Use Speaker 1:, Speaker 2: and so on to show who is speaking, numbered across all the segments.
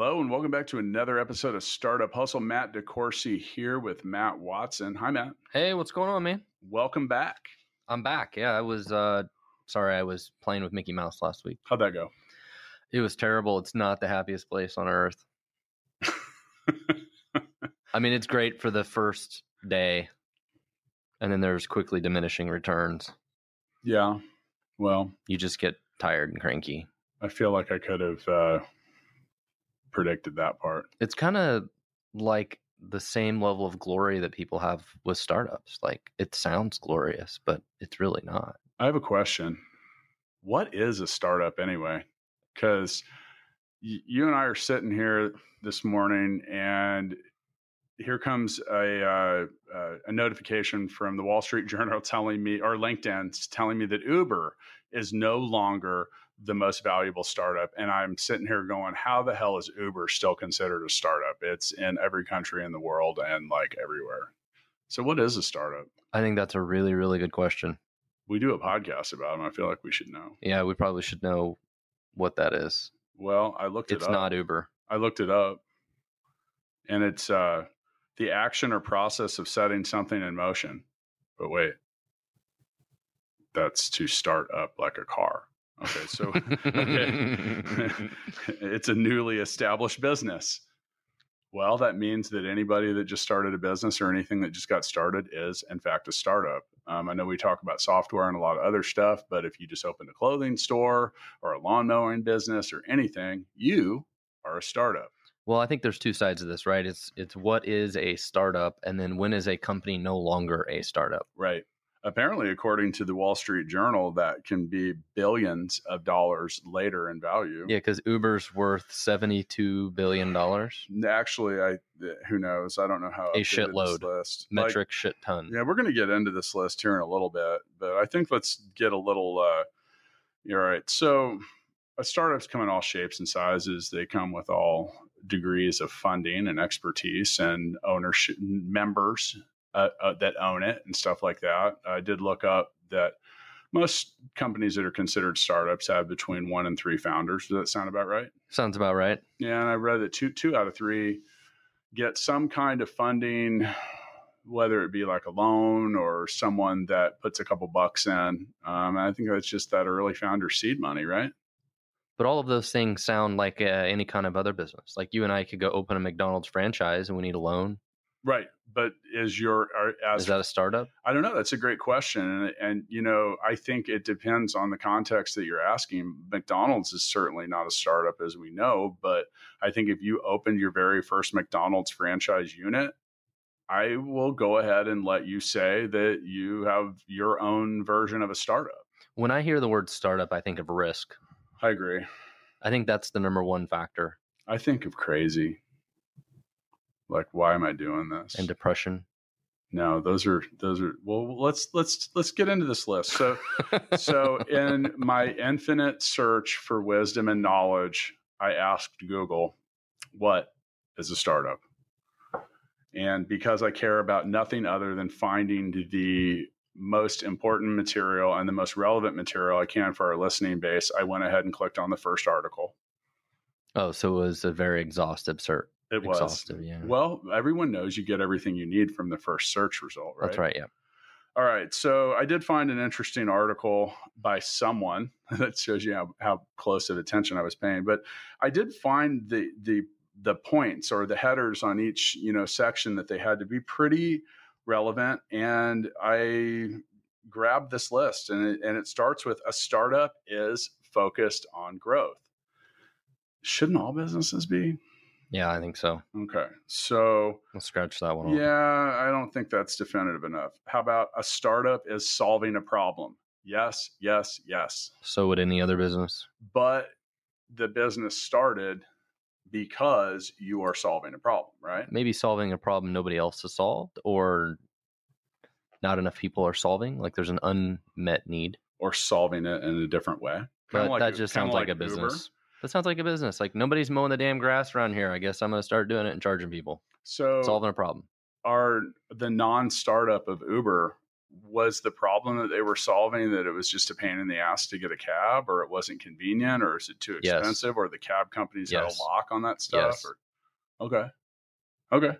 Speaker 1: Hello and welcome back to another episode of Startup Hustle. Matt DeCourcy here with Matt Watson. Hi, Matt.
Speaker 2: Hey, what's going on, man?
Speaker 1: Welcome back.
Speaker 2: I'm back. Yeah, I was uh sorry, I was playing with Mickey Mouse last week.
Speaker 1: How'd that go?
Speaker 2: It was terrible. It's not the happiest place on earth. I mean, it's great for the first day. And then there's quickly diminishing returns.
Speaker 1: Yeah. Well,
Speaker 2: You just get tired and cranky.
Speaker 1: I feel like I could have uh, predicted that part.
Speaker 2: It's kind of like the same level of glory that people have with startups. Like it sounds glorious, but it's really not.
Speaker 1: I have a question. What is a startup anyway? Because you and I are sitting here this morning, and here comes a uh, uh, a notification from the Wall Street Journal telling me, or LinkedIn's telling me that Uber is no longer the most valuable startup. And I'm sitting here going, how the hell is Uber still considered a startup? It's in every country in the world and like everywhere. So, what is a startup?
Speaker 2: I think that's a really, really good question.
Speaker 1: We do a podcast about them. I feel like we should know.
Speaker 2: Yeah, we probably should know what that is.
Speaker 1: Well, I looked
Speaker 2: It's
Speaker 1: it up.
Speaker 2: not Uber.
Speaker 1: I looked it up, and it's uh, the action or process of setting something in motion. But wait, that's to start up like a car. Okay, so okay. it's a newly established business. Well, that means that anybody that just started a business or anything that just got started is, in fact, a startup. Um, I know we talk about software and a lot of other stuff, but if you just opened a clothing store or a lawn mowing business or anything, you are a startup.
Speaker 2: well, I think there's two sides of this, right? It's it's what is a startup and then when is a company no longer a startup?
Speaker 1: Right. Apparently, according to the Wall Street Journal, that can be billions of dollars later in value.
Speaker 2: Yeah, cuz Uber's worth 72 billion dollars.
Speaker 1: Actually, I who knows? I don't know how updated
Speaker 2: A
Speaker 1: this
Speaker 2: shitload.
Speaker 1: list. Like,
Speaker 2: Metric shit ton.
Speaker 1: Yeah, we're going to get into this list here in a little bit, but I think let's get a little. Uh, you're right. So, uh, startups come in all shapes and sizes. They come with all degrees of funding and expertise and ownership members uh, uh, that own it and stuff like that. I did look up that most companies that are considered startups have between one and three founders. Does that sound about right?
Speaker 2: Sounds about right.
Speaker 1: Yeah, and I read that two two out of three get some kind of funding, whether it be like a loan or someone that puts a couple bucks in. Um, and I think that's just that early founder seed money, right?
Speaker 2: But all of those things sound like uh, any kind of other business. Like you and I could go open a McDonald's franchise and we need a loan.
Speaker 1: Right. But is your are, as
Speaker 2: Is that a startup?
Speaker 1: I don't know. That's a great question, and, and you know, I think it depends on the context that you're asking. McDonald's is certainly not a startup, as we know, but I think if you opened your very first McDonald's franchise unit, I will go ahead and let you say that you have your own version of a startup.
Speaker 2: When I hear the word startup, I think of risk.
Speaker 1: I agree.
Speaker 2: I think that's the number one factor
Speaker 1: I think of crazy, like why am I doing this?
Speaker 2: and depression.
Speaker 1: no, those are those are. Well, let's let's let's get into this list. So. so in my infinite search for wisdom and knowledge i asked google what is a startup and because i care about nothing other than finding the most important material and the most relevant material i can for our listening base i went ahead and clicked on the first article
Speaker 2: Oh, so it was a very exhaustive search.
Speaker 1: it was
Speaker 2: Exhaustive, yeah.
Speaker 1: well everyone knows you get everything you need from the first search result right
Speaker 2: That's right, yeah.
Speaker 1: All right. So I did find an interesting article by someone that shows you how, how close of attention I was paying. But I did find the the the points or the headers on each, you know, section that they had to be pretty relevant. And I grabbed this list and it, and it starts with a startup is focused on growth. Shouldn't all businesses be?
Speaker 2: Yeah, I think so.
Speaker 1: Okay. So
Speaker 2: Let's scratch that one off.
Speaker 1: yeah, I don't think that's definitive enough. How about a startup is solving a problem? Yes, yes, yes.
Speaker 2: So would any other business.
Speaker 1: But the business started because you are solving a problem, right?
Speaker 2: Maybe solving a problem nobody else has solved or not enough people are solving. Like there's an unmet need.
Speaker 1: or solving it in a different way.
Speaker 2: But
Speaker 1: Kinda like-
Speaker 2: that just
Speaker 1: kinda
Speaker 2: sounds like,
Speaker 1: like
Speaker 2: a
Speaker 1: Uber.
Speaker 2: business. That sounds like a business. Like nobody's mowing the damn grass around here. I guess I'm gonna start doing it and charging people,
Speaker 1: So
Speaker 2: solving a problem.
Speaker 1: are the non-startup of Uber was the problem that they were solving that it was just a pain in the ass to get a cab or it wasn't convenient or is it too
Speaker 2: Yes.
Speaker 1: expensive or the cab companies had
Speaker 2: Yes.
Speaker 1: a lock on that stuff
Speaker 2: Yes.
Speaker 1: or okay okay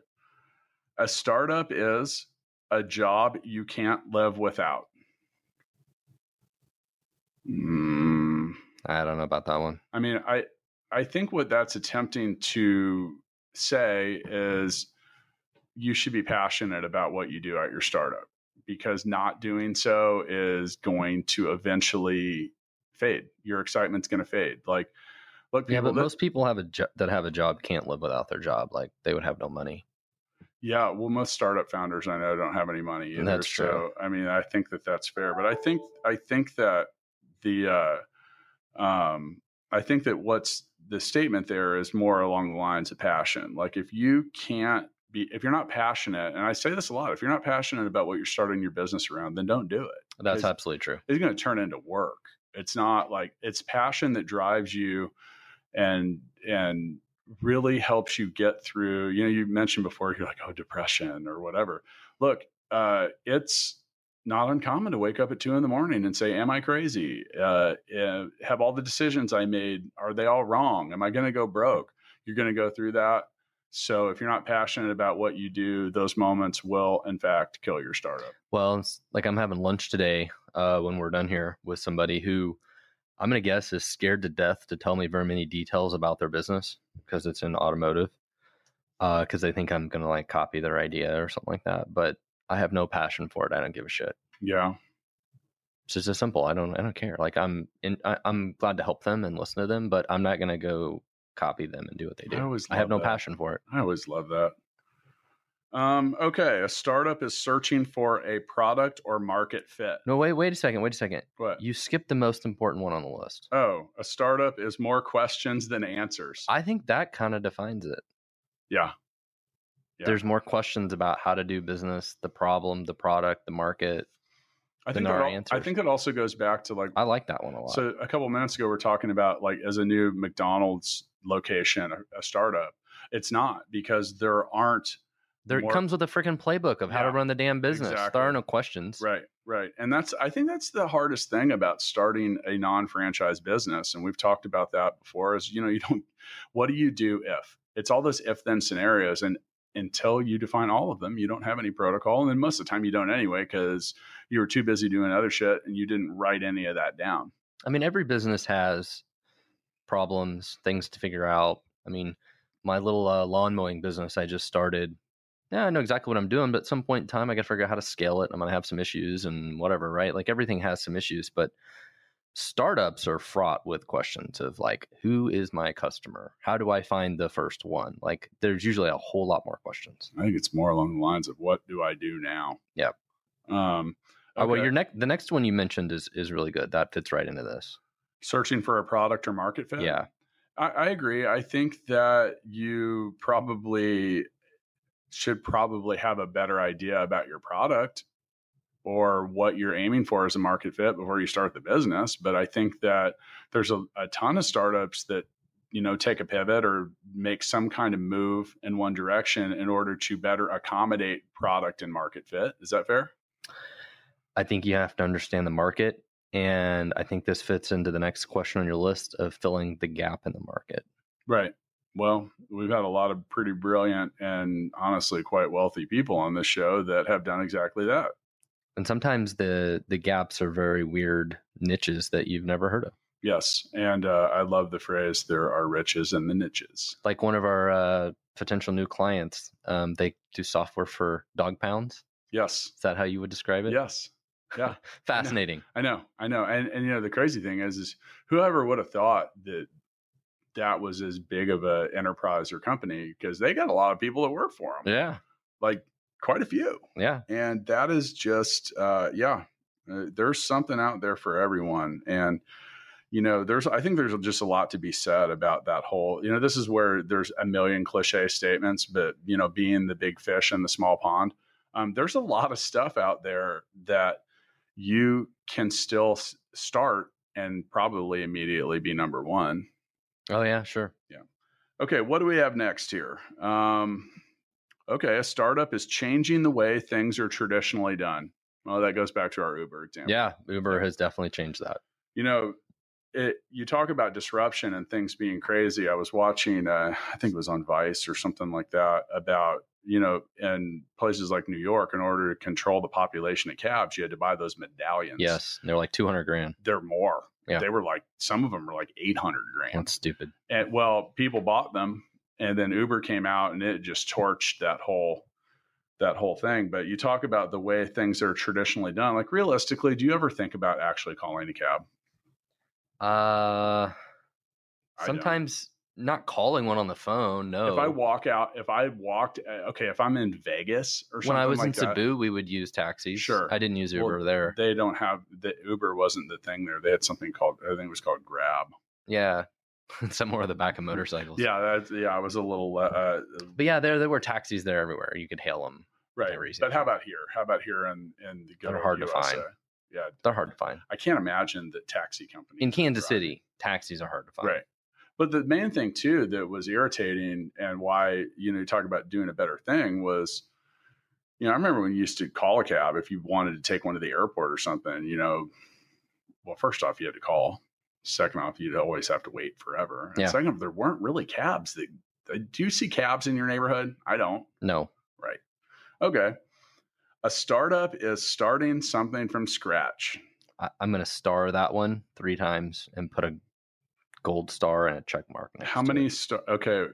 Speaker 1: a startup is a job you can't live without Hmm.
Speaker 2: I don't know about that one.
Speaker 1: I mean, I I think what that's attempting to say is you should be passionate about what you do at your startup because not doing so is going to eventually fade. Your excitement's going to fade. Like, look,
Speaker 2: Yeah,
Speaker 1: people
Speaker 2: but
Speaker 1: that-
Speaker 2: most people have a jo- that have a job can't live without their job. Like they would have no money.
Speaker 1: Yeah, well, most startup founders I know don't have any money either.
Speaker 2: That's
Speaker 1: so,
Speaker 2: true.
Speaker 1: I mean, I think that that's fair, but I think I think that the uh, um, I think that what's the statement there is more along the lines of passion. Like, if you can't be, if you're not passionate, and I say this a lot, if you're not passionate about what you're starting your business around, then don't do it
Speaker 2: That's
Speaker 1: Is-
Speaker 2: absolutely true.
Speaker 1: it's going to turn into work. It's not like it's passion that drives you and and really helps you get through. You know, you mentioned before you're like, oh, depression or whatever. Look, uh, it's not uncommon to wake up at two in the morning and say, "Am I crazy? Uh, uh, have all the decisions I made are they all wrong? Am I going to go broke?" You're going to go through that. So if you're not passionate about what you do, those moments will, in fact, kill your startup.
Speaker 2: Well, it's like I'm having lunch today uh, when we're done here with somebody who I'm going to guess is scared to death to tell me very many details about their business because it's in automotive, because they think I'm going to like copy their idea or something like that. But I have no passion for it. I don't give a shit.
Speaker 1: Yeah.
Speaker 2: It's just as simple. I don't. I don't care. Like I'm. In, I, I'm glad to help them and listen to them, but I'm not going to go copy them and do what they
Speaker 1: I
Speaker 2: do.
Speaker 1: always
Speaker 2: I, have
Speaker 1: love
Speaker 2: no
Speaker 1: that.
Speaker 2: passion for it.
Speaker 1: I always love that. Um, okay, a startup is searching for a product or market fit.
Speaker 2: No, wait. Wait a second. Wait a second.
Speaker 1: What?
Speaker 2: You skipped the most important one on the list.
Speaker 1: oh, a startup is more questions than answers.
Speaker 2: I think that kind of defines it.
Speaker 1: yeah. Yeah.
Speaker 2: there's more questions about how to do business, the problem, the product, the market.
Speaker 1: I
Speaker 2: than
Speaker 1: think that
Speaker 2: our
Speaker 1: al- I
Speaker 2: answers.
Speaker 1: think that also goes back to like
Speaker 2: I like that one a lot.
Speaker 1: so a couple of minutes ago we are talking about like as a new McDonald's location, a, a startup. It's not because there aren't
Speaker 2: there
Speaker 1: more-
Speaker 2: comes with a freaking playbook of how to
Speaker 1: Yeah,
Speaker 2: run the damn business.
Speaker 1: exactly.
Speaker 2: There are no questions.
Speaker 1: Right, right. And that's I think that's the hardest thing about starting a non-franchise business and we've talked about that before is you know you don't what do you do if? It's all those if then scenarios and until you define all of them, you don't have any protocol and then most of the time you don't anyway cuz you were too busy doing other shit and you didn't write any of that down.
Speaker 2: I mean, every business has problems, things to figure out. I mean, my little uh, lawn mowing business I just started. Yeah, I know exactly what I'm doing, but at some point in time, I got to figure out how to scale it. I'm going to have some issues and whatever, right? Like everything has some issues, but startups are fraught with questions of like, who is my customer? How do I find the first one? Like, there's usually a whole lot more questions.
Speaker 1: I think it's more along the lines of what do I do now?
Speaker 2: Yep.
Speaker 1: Um
Speaker 2: Oh, well,
Speaker 1: okay.
Speaker 2: your next, the next one you mentioned is is really good. That fits right into this.
Speaker 1: searching for a product or market fit.
Speaker 2: Yeah,
Speaker 1: I, I agree. I think that you probably should probably have a better idea about your product or what you're aiming for as a market fit before you start the business. But I think that there's a, a ton of startups that you know take a pivot or make some kind of move in one direction in order to better accommodate product and market fit. Is that fair?
Speaker 2: I think you have to understand the market. And I think this fits into the next question on your list of filling the gap in the market.
Speaker 1: Right. Well, we've had a lot of pretty brilliant and honestly quite wealthy people on this show that have done exactly that.
Speaker 2: And sometimes the the gaps are very weird niches that you've never heard of.
Speaker 1: Yes, and uh, I love the phrase "there are riches in the niches."
Speaker 2: Like one of our uh, potential new clients, um, they do software for dog pounds.
Speaker 1: Yes,
Speaker 2: Is that how you would describe it?
Speaker 1: yes, yeah,
Speaker 2: Fascinating.
Speaker 1: I know, I know, and and you know the crazy thing is, is whoever would have thought that that was as big of a enterprise or company because they got a lot of people that work for them,
Speaker 2: Yeah.
Speaker 1: like quite a few,
Speaker 2: Yeah.
Speaker 1: and that is just, uh, yeah, uh, there's something out there for everyone, and you know there's i think there's just a lot to be said about that whole you know this is where there's a million cliche statements but you know being the big fish in the small pond um, there's a lot of stuff out there that you can still s- start and probably immediately be number one.
Speaker 2: Oh yeah, sure.
Speaker 1: Okay, what do we have next here? Um, okay, a startup is changing the way things are traditionally done. Well, that goes back to our Uber example.
Speaker 2: Yeah, Uber has definitely changed that.
Speaker 1: you know, it, you talk about disruption and things being crazy. I was watching, uh, I think it was on Vice or something like that, about you know, in places like New York, in order to control the population of cabs, you had to buy those medallions.
Speaker 2: Yes, and they're like two hundred grand.
Speaker 1: they're more.
Speaker 2: Yeah.
Speaker 1: They were like some of them were like eight hundred grand.
Speaker 2: That's stupid.
Speaker 1: And well, people bought them, and then Uber came out and it just torched that whole that whole thing. But you talk about the way things are traditionally done. Like realistically, do you ever think about actually calling a cab?
Speaker 2: Uh,
Speaker 1: I don't.
Speaker 2: sometimes not calling one on the phone. No,
Speaker 1: If I walk out, if I walked, uh, okay, if I'm in Vegas or something
Speaker 2: when I was
Speaker 1: like
Speaker 2: in
Speaker 1: that,
Speaker 2: Cebu, we would use taxis.
Speaker 1: Sure.
Speaker 2: I didn't use Uber
Speaker 1: Well,
Speaker 2: there.
Speaker 1: they don't have the Uber wasn't the thing there. They had something called I think it was called Grab.
Speaker 2: yeah, somewhere at the back of motorcycles.
Speaker 1: Yeah, that's yeah. I was a little uh,
Speaker 2: but yeah, there there were taxis there everywhere. You could hail them.
Speaker 1: right.
Speaker 2: they're easy
Speaker 1: But
Speaker 2: to
Speaker 1: how
Speaker 2: find.
Speaker 1: about here? How about here in in the good
Speaker 2: They're
Speaker 1: old
Speaker 2: hard to
Speaker 1: USA?
Speaker 2: find.
Speaker 1: Yeah,
Speaker 2: They're hard to find
Speaker 1: I can't imagine that taxi company
Speaker 2: in Kansas City. Taxis are hard to find.
Speaker 1: Right. But the main thing too that was irritating and why you know you talk about doing a better thing was, you know, I remember when you used to call a cab if you wanted to take one to the airport or something. You know, well, first off, you had to call. Second off, you'd always have to wait forever. And
Speaker 2: Yeah.
Speaker 1: second off, there weren't really cabs. That uh, do you see cabs in your neighborhood? I don't.
Speaker 2: No.
Speaker 1: Okay. A startup is starting something from scratch.
Speaker 2: I, I'm gonna star that one three times and put a gold star and a check mark. next
Speaker 1: How
Speaker 2: to
Speaker 1: many
Speaker 2: it.
Speaker 1: star? Okay,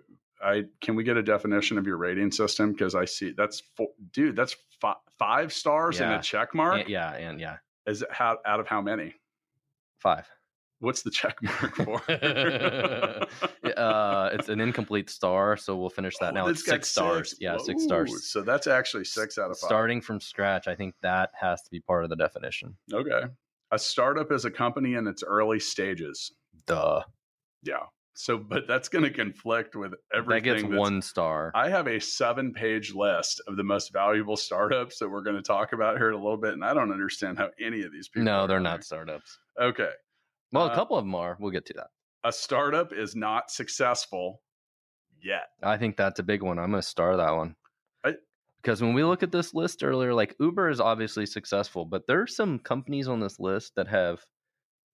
Speaker 1: I can we get a definition of your rating system because I see that's four, dude. That's fi- five stars and
Speaker 2: Yeah.
Speaker 1: a check mark.
Speaker 2: And- yeah, and yeah,
Speaker 1: Is it how out of how many?
Speaker 2: five.
Speaker 1: What's the check mark for?
Speaker 2: uh, it's an incomplete star, so we'll finish that
Speaker 1: Oh,
Speaker 2: now.
Speaker 1: this
Speaker 2: It's
Speaker 1: got
Speaker 2: six stars. Yeah, six
Speaker 1: Whoa,
Speaker 2: stars.
Speaker 1: So that's actually six out of five.
Speaker 2: Starting from scratch, I think that has to be part of the definition.
Speaker 1: Okay, a startup is a company in its early stages.
Speaker 2: Duh.
Speaker 1: Yeah. So, but that's going to conflict with everything.
Speaker 2: that gets
Speaker 1: that's-
Speaker 2: one star.
Speaker 1: I have a seven page list of the most valuable startups that we're going to talk about here in a little bit. And I don't understand how any of these people.
Speaker 2: no,
Speaker 1: are
Speaker 2: they're
Speaker 1: on
Speaker 2: not startups.
Speaker 1: there. Okay.
Speaker 2: Well,
Speaker 1: Uh,
Speaker 2: a couple of them are. We'll get to that.
Speaker 1: A startup is not successful yet.
Speaker 2: I think that's a big one. I'm going to star that one.
Speaker 1: I-
Speaker 2: because when we look at this list earlier, like Uber is obviously successful, but there are some companies on this list that have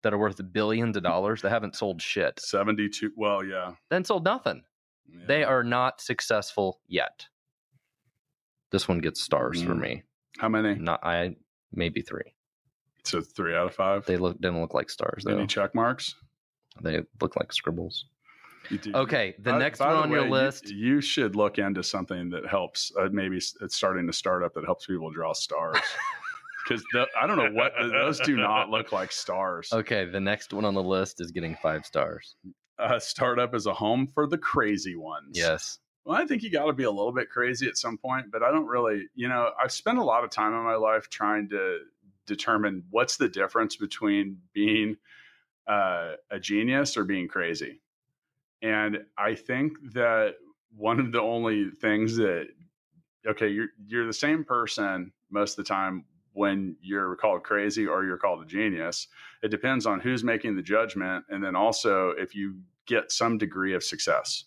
Speaker 2: that are worth billions of dollars that haven't sold shit.
Speaker 1: 72. Well, yeah.
Speaker 2: Then sold nothing.
Speaker 1: Yeah.
Speaker 2: They are not successful yet. This one gets stars for
Speaker 1: Mm.
Speaker 2: me.
Speaker 1: How many?
Speaker 2: Not I maybe three.
Speaker 1: So three out of five.
Speaker 2: They look didn't look like stars though.
Speaker 1: Any check marks?
Speaker 2: They look like scribbles.
Speaker 1: You do-
Speaker 2: Okay, the
Speaker 1: By-
Speaker 2: next
Speaker 1: by
Speaker 2: one
Speaker 1: the
Speaker 2: on your
Speaker 1: way, you-
Speaker 2: list.
Speaker 1: You, should look into something that helps. Uh, maybe s- it's starting a startup that helps people draw stars. Because I don't know what those do not look like stars.
Speaker 2: Okay, the next one on the list is getting five stars.
Speaker 1: a startup is a home for the crazy ones.
Speaker 2: Yes.
Speaker 1: Well, I think you got to be a little bit crazy at some point, but I don't really, you know, I've spent a lot of time in my life trying to determine what's the difference between being uh, a genius or being crazy. And I think that one of the only things that okay, you're you're the same person most of the time when you're called crazy or you're called a genius. It depends on who's making the judgment and then also if you get some degree of success.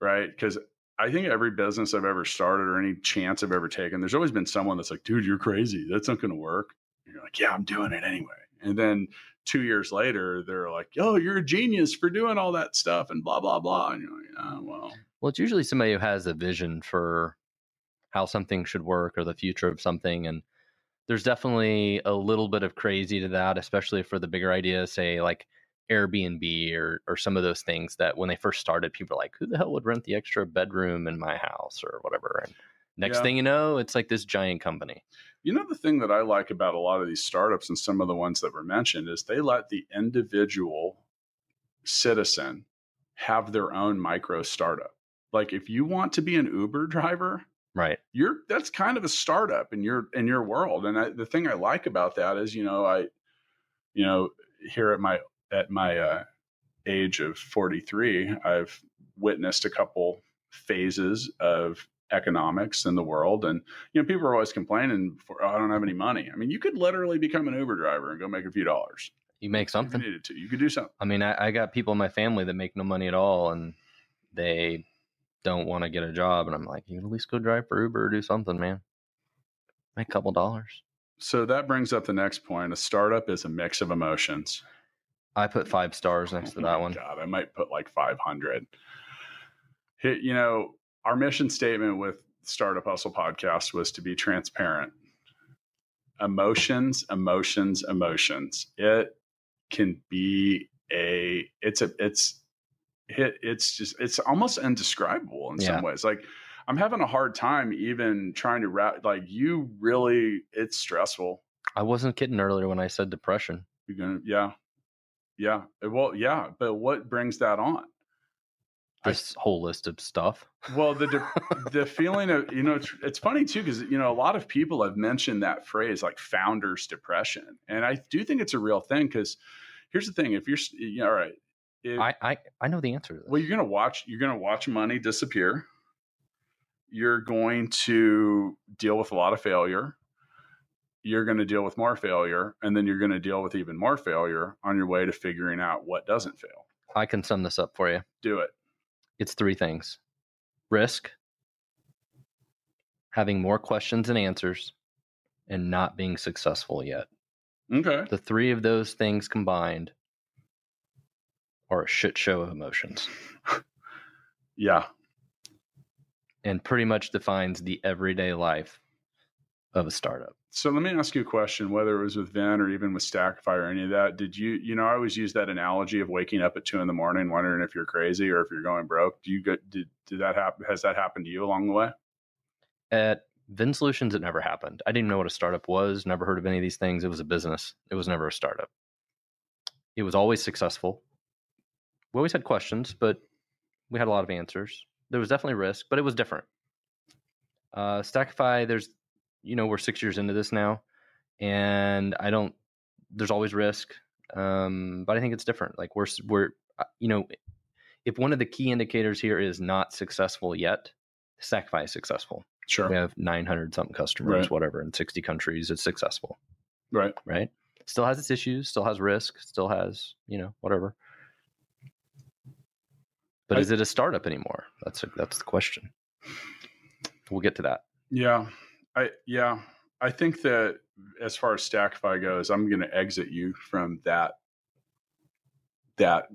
Speaker 1: Right? Cuz I think every business I've ever started or any chance I've ever taken, there's always been someone that's like, "Dude, you're crazy. That's not going to work." And you're like, "Yeah, I'm doing it anyway." And then 2 years later, they're like, "Oh, you're a genius for doing all that stuff and blah blah blah." And you're like, "Oh, well."
Speaker 2: Well, it's usually somebody who has a vision for how something should work or the future of something. And there's definitely a little bit of crazy to that, especially for the bigger ideas, say like Airbnb or, or some of those things that when they first started, people were like, who the hell would rent the extra bedroom in my house or whatever? And next
Speaker 1: Yeah.
Speaker 2: thing you know, it's like this giant company.
Speaker 1: You know, the thing that I like about a lot of these startups and some of the ones that were mentioned is they let the individual citizen have their own micro startup. Like if you want to be an Uber driver,
Speaker 2: Right.
Speaker 1: you're that's kind of a startup in your in your world. And I, the thing I like about that is, you know, I, you know, here at my at my uh, age of 43, I've witnessed a couple phases of economics in the world. And you know, people are always complaining for oh, I don't have any money. I mean, you could literally become an Uber driver and go make a few dollars.
Speaker 2: You make something.
Speaker 1: If you needed to. You could do something.
Speaker 2: I mean, I, I got people in my family that make no money at all and they don't want to get a job. And I'm like, you can at least go drive for Uber or do something, man. Make a couple dollars.
Speaker 1: So that brings up the next point. A startup is a mix of emotions.
Speaker 2: I put five stars next to
Speaker 1: Oh
Speaker 2: that
Speaker 1: my
Speaker 2: one.
Speaker 1: God, I might put like 500. Hit, you know, our mission statement with Startup Hustle Podcast was to be transparent. Emotions, emotions, emotions. It can be a, it's a, it's, hit, it's just, it's almost indescribable in
Speaker 2: Yeah.
Speaker 1: some ways. Like, I'm having a hard time even trying to wrap, like, you really, it's stressful.
Speaker 2: I wasn't kidding earlier when I said depression.
Speaker 1: You're gonna, yeah, yeah. Well, yeah, but what brings that on? I-
Speaker 2: This whole list of stuff.
Speaker 1: Well, the de- the feeling of you know it's, it's funny too because you know a lot of people have mentioned that phrase like founders depression, and I do think it's a real thing because here's the thing: if you're s- you know, all right, if,
Speaker 2: I, I, I know the answer to this.
Speaker 1: well, you're gonna watch you're gonna watch money disappear. You're going to deal with a lot of failure. You're going to deal with more failure, and then you're going to deal with even more failure on your way to figuring out what doesn't fail.
Speaker 2: I can sum this up for you.
Speaker 1: Do it.
Speaker 2: It's three things risk, having more questions and answers, and not being successful yet.
Speaker 1: Okay.
Speaker 2: The three of those things combined are a shit show of emotions
Speaker 1: Yeah.
Speaker 2: and pretty much defines the everyday life of a startup.
Speaker 1: So let me ask you a question, whether it was with Vin or even with Stackify or any of that. Did you, you know, I always use that analogy of waking up at two in the morning, wondering if you're crazy or if you're going broke. Do you go, did, did that happen? Has that happened to you along the way?
Speaker 2: At Vin Solutions, it never happened. I didn't know what a startup was, never heard of any of these things. It was a business, it was never a startup. It was always successful. We always had questions, but we had a lot of answers. There was definitely risk, but it was different. Uh, Stackify, there's, you know, we're six years into this now, and I don't, there's always risk, um, but I think it's different. Like we're, s- we're, uh, you know, if one of the key indicators here is not successful yet, Stackify is successful.
Speaker 1: Sure.
Speaker 2: We have 900 something customers,
Speaker 1: Right.
Speaker 2: whatever, in 60 countries. It's successful,
Speaker 1: Right.
Speaker 2: right? Still has its issues, still has risk, still has, you know, whatever. But
Speaker 1: I-
Speaker 2: is it a startup anymore? That's a, that's the question. We'll get to that.
Speaker 1: Yeah. I, yeah. I think that as far as Stackify goes, I'm going to exit you from that, that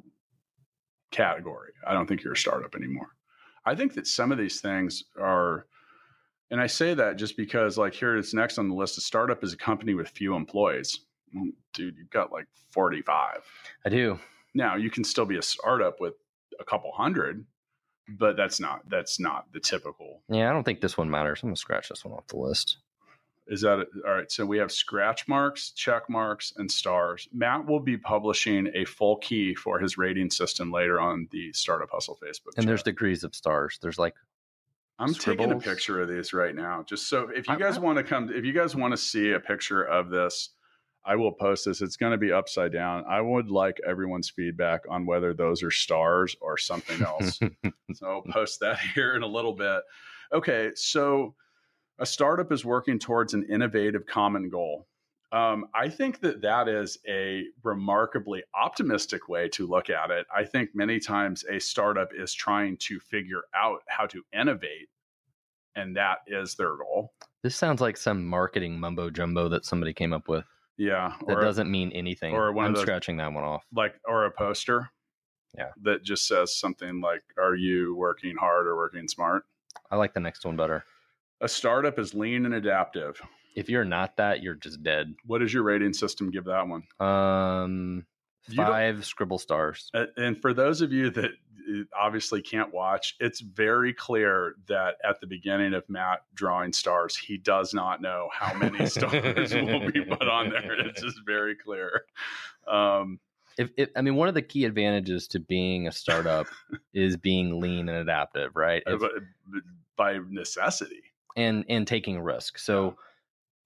Speaker 1: category. I don't think you're a startup anymore. I think that some of these things are, and I say that just because, like, here it's next on the list. A startup is a company with few employees. Well, dude, you've got like 45.
Speaker 2: I do.
Speaker 1: Now you can still be a startup with a couple hundred, but that's not that's not the typical.
Speaker 2: Yeah, I don't think this one matters. I'm gonna scratch this one off the list.
Speaker 1: Is that all right? So we have scratch marks, check marks, and stars. Matt will be publishing a full key for his rating system later on the Startup Hustle Facebook.
Speaker 2: And there's
Speaker 1: chat.
Speaker 2: degrees of stars. There's like
Speaker 1: I'm taking a
Speaker 2: scribbles.
Speaker 1: picture of these right now, just so if you
Speaker 2: I-
Speaker 1: guys
Speaker 2: I-
Speaker 1: want to come, if you guys want to see a picture of this, I will post this. It's going to be upside down. I would like everyone's feedback on whether those are stars or something else. so I'll post that here in a little bit. Okay, so a startup is working towards an innovative common goal. Um, I think that that is a remarkably optimistic way to look at it. I think many times a startup is trying to figure out how to innovate, and that is their goal.
Speaker 2: this sounds like some marketing mumbo jumbo that somebody came up with
Speaker 1: Yeah,
Speaker 2: that
Speaker 1: or-
Speaker 2: doesn't mean anything.
Speaker 1: or one of
Speaker 2: I'm
Speaker 1: those-
Speaker 2: scratching that one off.
Speaker 1: like or a poster.
Speaker 2: Yeah.
Speaker 1: that just says something like, "Are you working hard or working smart?"
Speaker 2: I like the next one better.
Speaker 1: A startup is lean and adaptive.
Speaker 2: If you're not that, you're just dead.
Speaker 1: What does your rating system give that one?
Speaker 2: Um,
Speaker 1: You don't-
Speaker 2: five scribble stars.
Speaker 1: Uh, And for those of you that uh, obviously can't watch, it's very clear that at the beginning of Matt drawing stars, he does not know how many stars will be put on there. It's just very clear. Um,
Speaker 2: If, if I mean, one of the key advantages to being a startup is being lean and adaptive, right? If-
Speaker 1: eh, but- but by necessity.
Speaker 2: and and taking risk. So,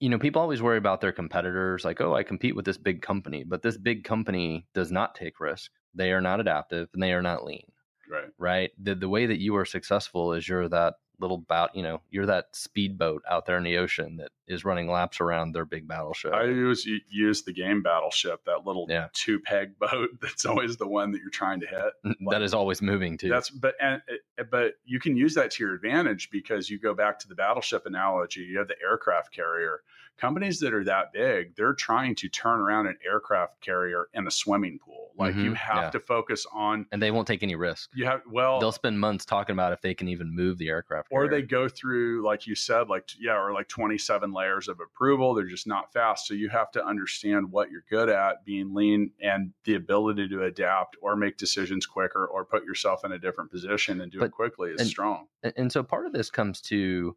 Speaker 2: you know, people always worry about their competitors, like, oh, I compete with this big company, but this big company does not take risk. They are not adaptive and they are not lean.
Speaker 1: Right.
Speaker 2: right? The the way that you are successful is you're that little bout. You know, you're that speedboat out there in the ocean that is running laps around their big battleship.
Speaker 1: I always u- use the game Battleship, that little
Speaker 2: Yeah.
Speaker 1: two peg boat that's always the one that you're trying to hit.
Speaker 2: that is always moving too.
Speaker 1: That's but and eh, but you can use that to your advantage because you go back to the battleship analogy. You have the aircraft carrier. Companies that are that big, they're trying to turn around an aircraft carrier in a swimming pool. Like you
Speaker 2: Mhm,
Speaker 1: have
Speaker 2: yeah.
Speaker 1: to focus on
Speaker 2: and they won't take any risk.
Speaker 1: you have well
Speaker 2: They'll spend months talking about if they can even move the aircraft.
Speaker 1: Oh. or they go
Speaker 2: carrier.
Speaker 1: through like you said like t- yeah or like 27 layers of approval they're just not fast so you have to understand what you're good at being lean and the ability to adapt or make decisions quicker or put yourself in a different position and do it
Speaker 2: But-
Speaker 1: quickly is
Speaker 2: and-
Speaker 1: strong
Speaker 2: And, and so part of this comes to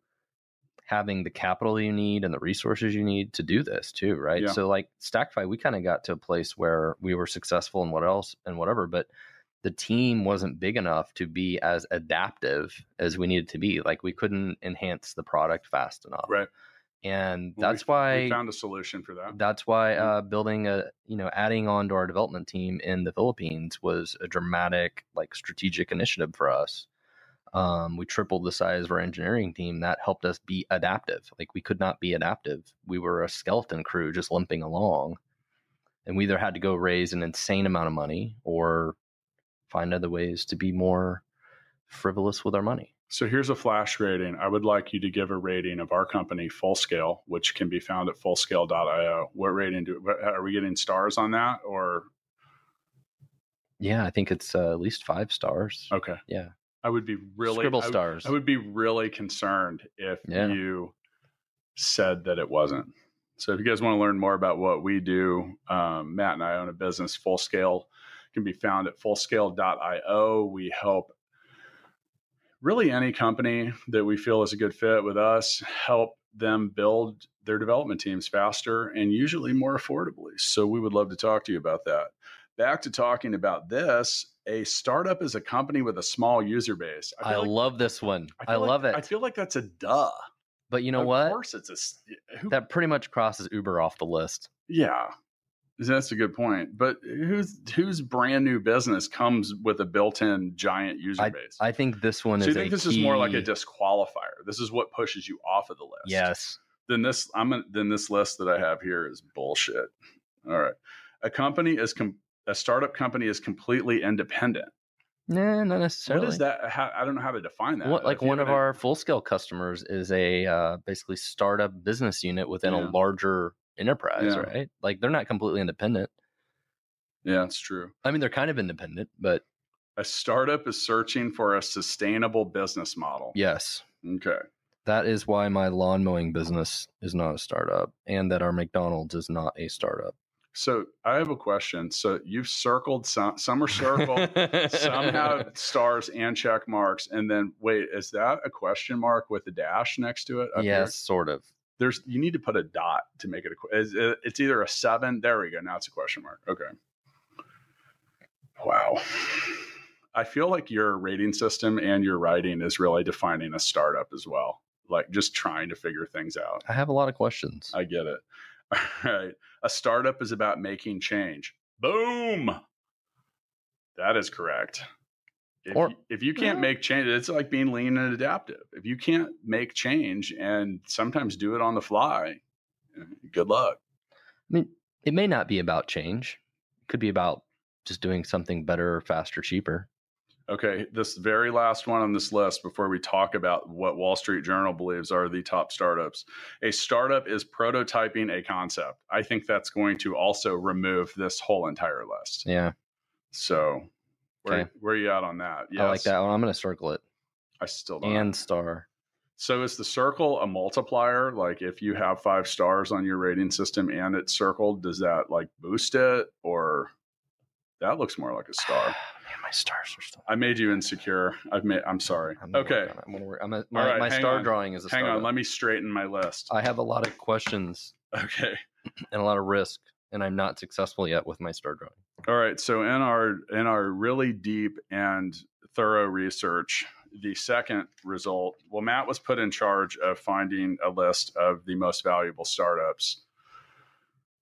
Speaker 2: having the capital you need and the resources you need to do this too, right?
Speaker 1: Yeah.
Speaker 2: So like Stackify, we kind of got to a place where we were successful and what else and whatever, but the team wasn't big enough to be as adaptive as we needed to be. Like we couldn't enhance the product fast enough.
Speaker 1: Right.
Speaker 2: And
Speaker 1: Well,
Speaker 2: that's why
Speaker 1: we found a solution for that
Speaker 2: that's why
Speaker 1: Mhm.
Speaker 2: uh, building a you know adding on to our development team in the Philippines was a dramatic like strategic initiative for us. Um, we tripled the size of our engineering team. That helped us be adaptive. Like we could not be adaptive. We were a skeleton crew just limping along, and we either had to go raise an insane amount of money or find other ways to be more frivolous with our money.
Speaker 1: so here's a flash rating i would like you to give a rating of our company full scale which can be found at fullscale.io what rating do what- are we getting stars on that or
Speaker 2: Yeah, I think it's uh, at least five stars.
Speaker 1: okay
Speaker 2: Yeah.
Speaker 1: i would be Uh, really
Speaker 2: Scribble
Speaker 1: I would-
Speaker 2: stars.
Speaker 1: I would be really concerned if
Speaker 2: Yeah.
Speaker 1: you said that it wasn't. So if you guys want to learn more about what we do, um, Matt and I own a business, Full Scale, can be found at fullscale.io. We help really any company that we feel is a good fit with us help them build their development teams faster and usually more affordably. So we would love to talk to you about that back to talking about this a startup is a company with a small user base
Speaker 2: I,
Speaker 1: feel like-
Speaker 2: love this one. I,
Speaker 1: feel like-
Speaker 2: love it.
Speaker 1: i feel like that's a duh
Speaker 2: but you know
Speaker 1: of
Speaker 2: what?
Speaker 1: course it's a s- who,
Speaker 2: that pretty much crosses Uber off the list.
Speaker 1: yeah that's a good point but eh, who's whose brand new business comes with a built-in giant user base
Speaker 2: I think this one
Speaker 1: so
Speaker 2: is.
Speaker 1: you think
Speaker 2: a
Speaker 1: this is more like a
Speaker 2: key-
Speaker 1: disqualifier this is what pushes you off of the list
Speaker 2: Yes.
Speaker 1: then this I'm gonna- then this list that I have here is bullshit. All right, a company is com- a startup company is completely independent.
Speaker 2: Nah, not necessarily.
Speaker 1: What is that? How, I don't know how to define that.
Speaker 2: What, like
Speaker 1: If you
Speaker 2: one of
Speaker 1: haven't-
Speaker 2: our full scale customers is a uh, basically startup business unit within
Speaker 1: Yeah.
Speaker 2: a larger enterprise,
Speaker 1: Yeah.
Speaker 2: right? Like they're not completely independent.
Speaker 1: Yeah, it's true.
Speaker 2: I mean, they're kind of independent, but
Speaker 1: A startup is searching for a sustainable business model.
Speaker 2: yes,
Speaker 1: Okay.
Speaker 2: that is why my lawn mowing business is not a startup, and that our McDonald's is not a startup.
Speaker 1: So I have a question. So you've circled some. Some are circled. some have stars and check marks. And then wait, is that a question mark with a dash next to it? up here?
Speaker 2: yes, sort of.
Speaker 1: there's you need to put a dot to make it a que- it's, it's either a seven there we go now it's a question mark okay wow i feel like your rating system and your writing is really defining a startup as well like just trying to figure things out
Speaker 2: I have a lot of questions.
Speaker 1: i get it all right a startup is about making change boom that is correct if,
Speaker 2: Or-
Speaker 1: you, if you can't
Speaker 2: Yeah.
Speaker 1: make change it's like being lean and adaptive if you can't make change and sometimes do it on the fly good luck
Speaker 2: I mean, it may not be about change. It could be about just doing something better, faster, cheaper.
Speaker 1: okay this very last one on this list before we talk about what wall street journal believes are the top startups a startup is prototyping a concept i think that's going to also remove this whole entire list
Speaker 2: Yeah,
Speaker 1: so where,
Speaker 2: Okay.
Speaker 1: where are you at on that
Speaker 2: I like that one. I'm going to circle it
Speaker 1: i still don't
Speaker 2: and star.
Speaker 1: So is the circle a multiplier? Like if you have five stars on your rating system and it's circled, does that like boost it or that looks more like a star?
Speaker 2: Man, my stars are still.
Speaker 1: I made you insecure. I've made I'm sorry.
Speaker 2: I'm gonna
Speaker 1: okay.
Speaker 2: work on it. I'm gonna work. I'm a, my
Speaker 1: right,
Speaker 2: my
Speaker 1: hang
Speaker 2: star Uh,
Speaker 1: on.
Speaker 2: drawing is a
Speaker 1: Hang on,
Speaker 2: startup.
Speaker 1: let me straighten my list.
Speaker 2: I have a lot of questions
Speaker 1: Okay.
Speaker 2: and a lot of risk, and I'm not successful yet with my star drawing.
Speaker 1: All right. So in our in our really deep and thorough research, the second result, well, Matt was put in charge of finding a list of the most valuable startups,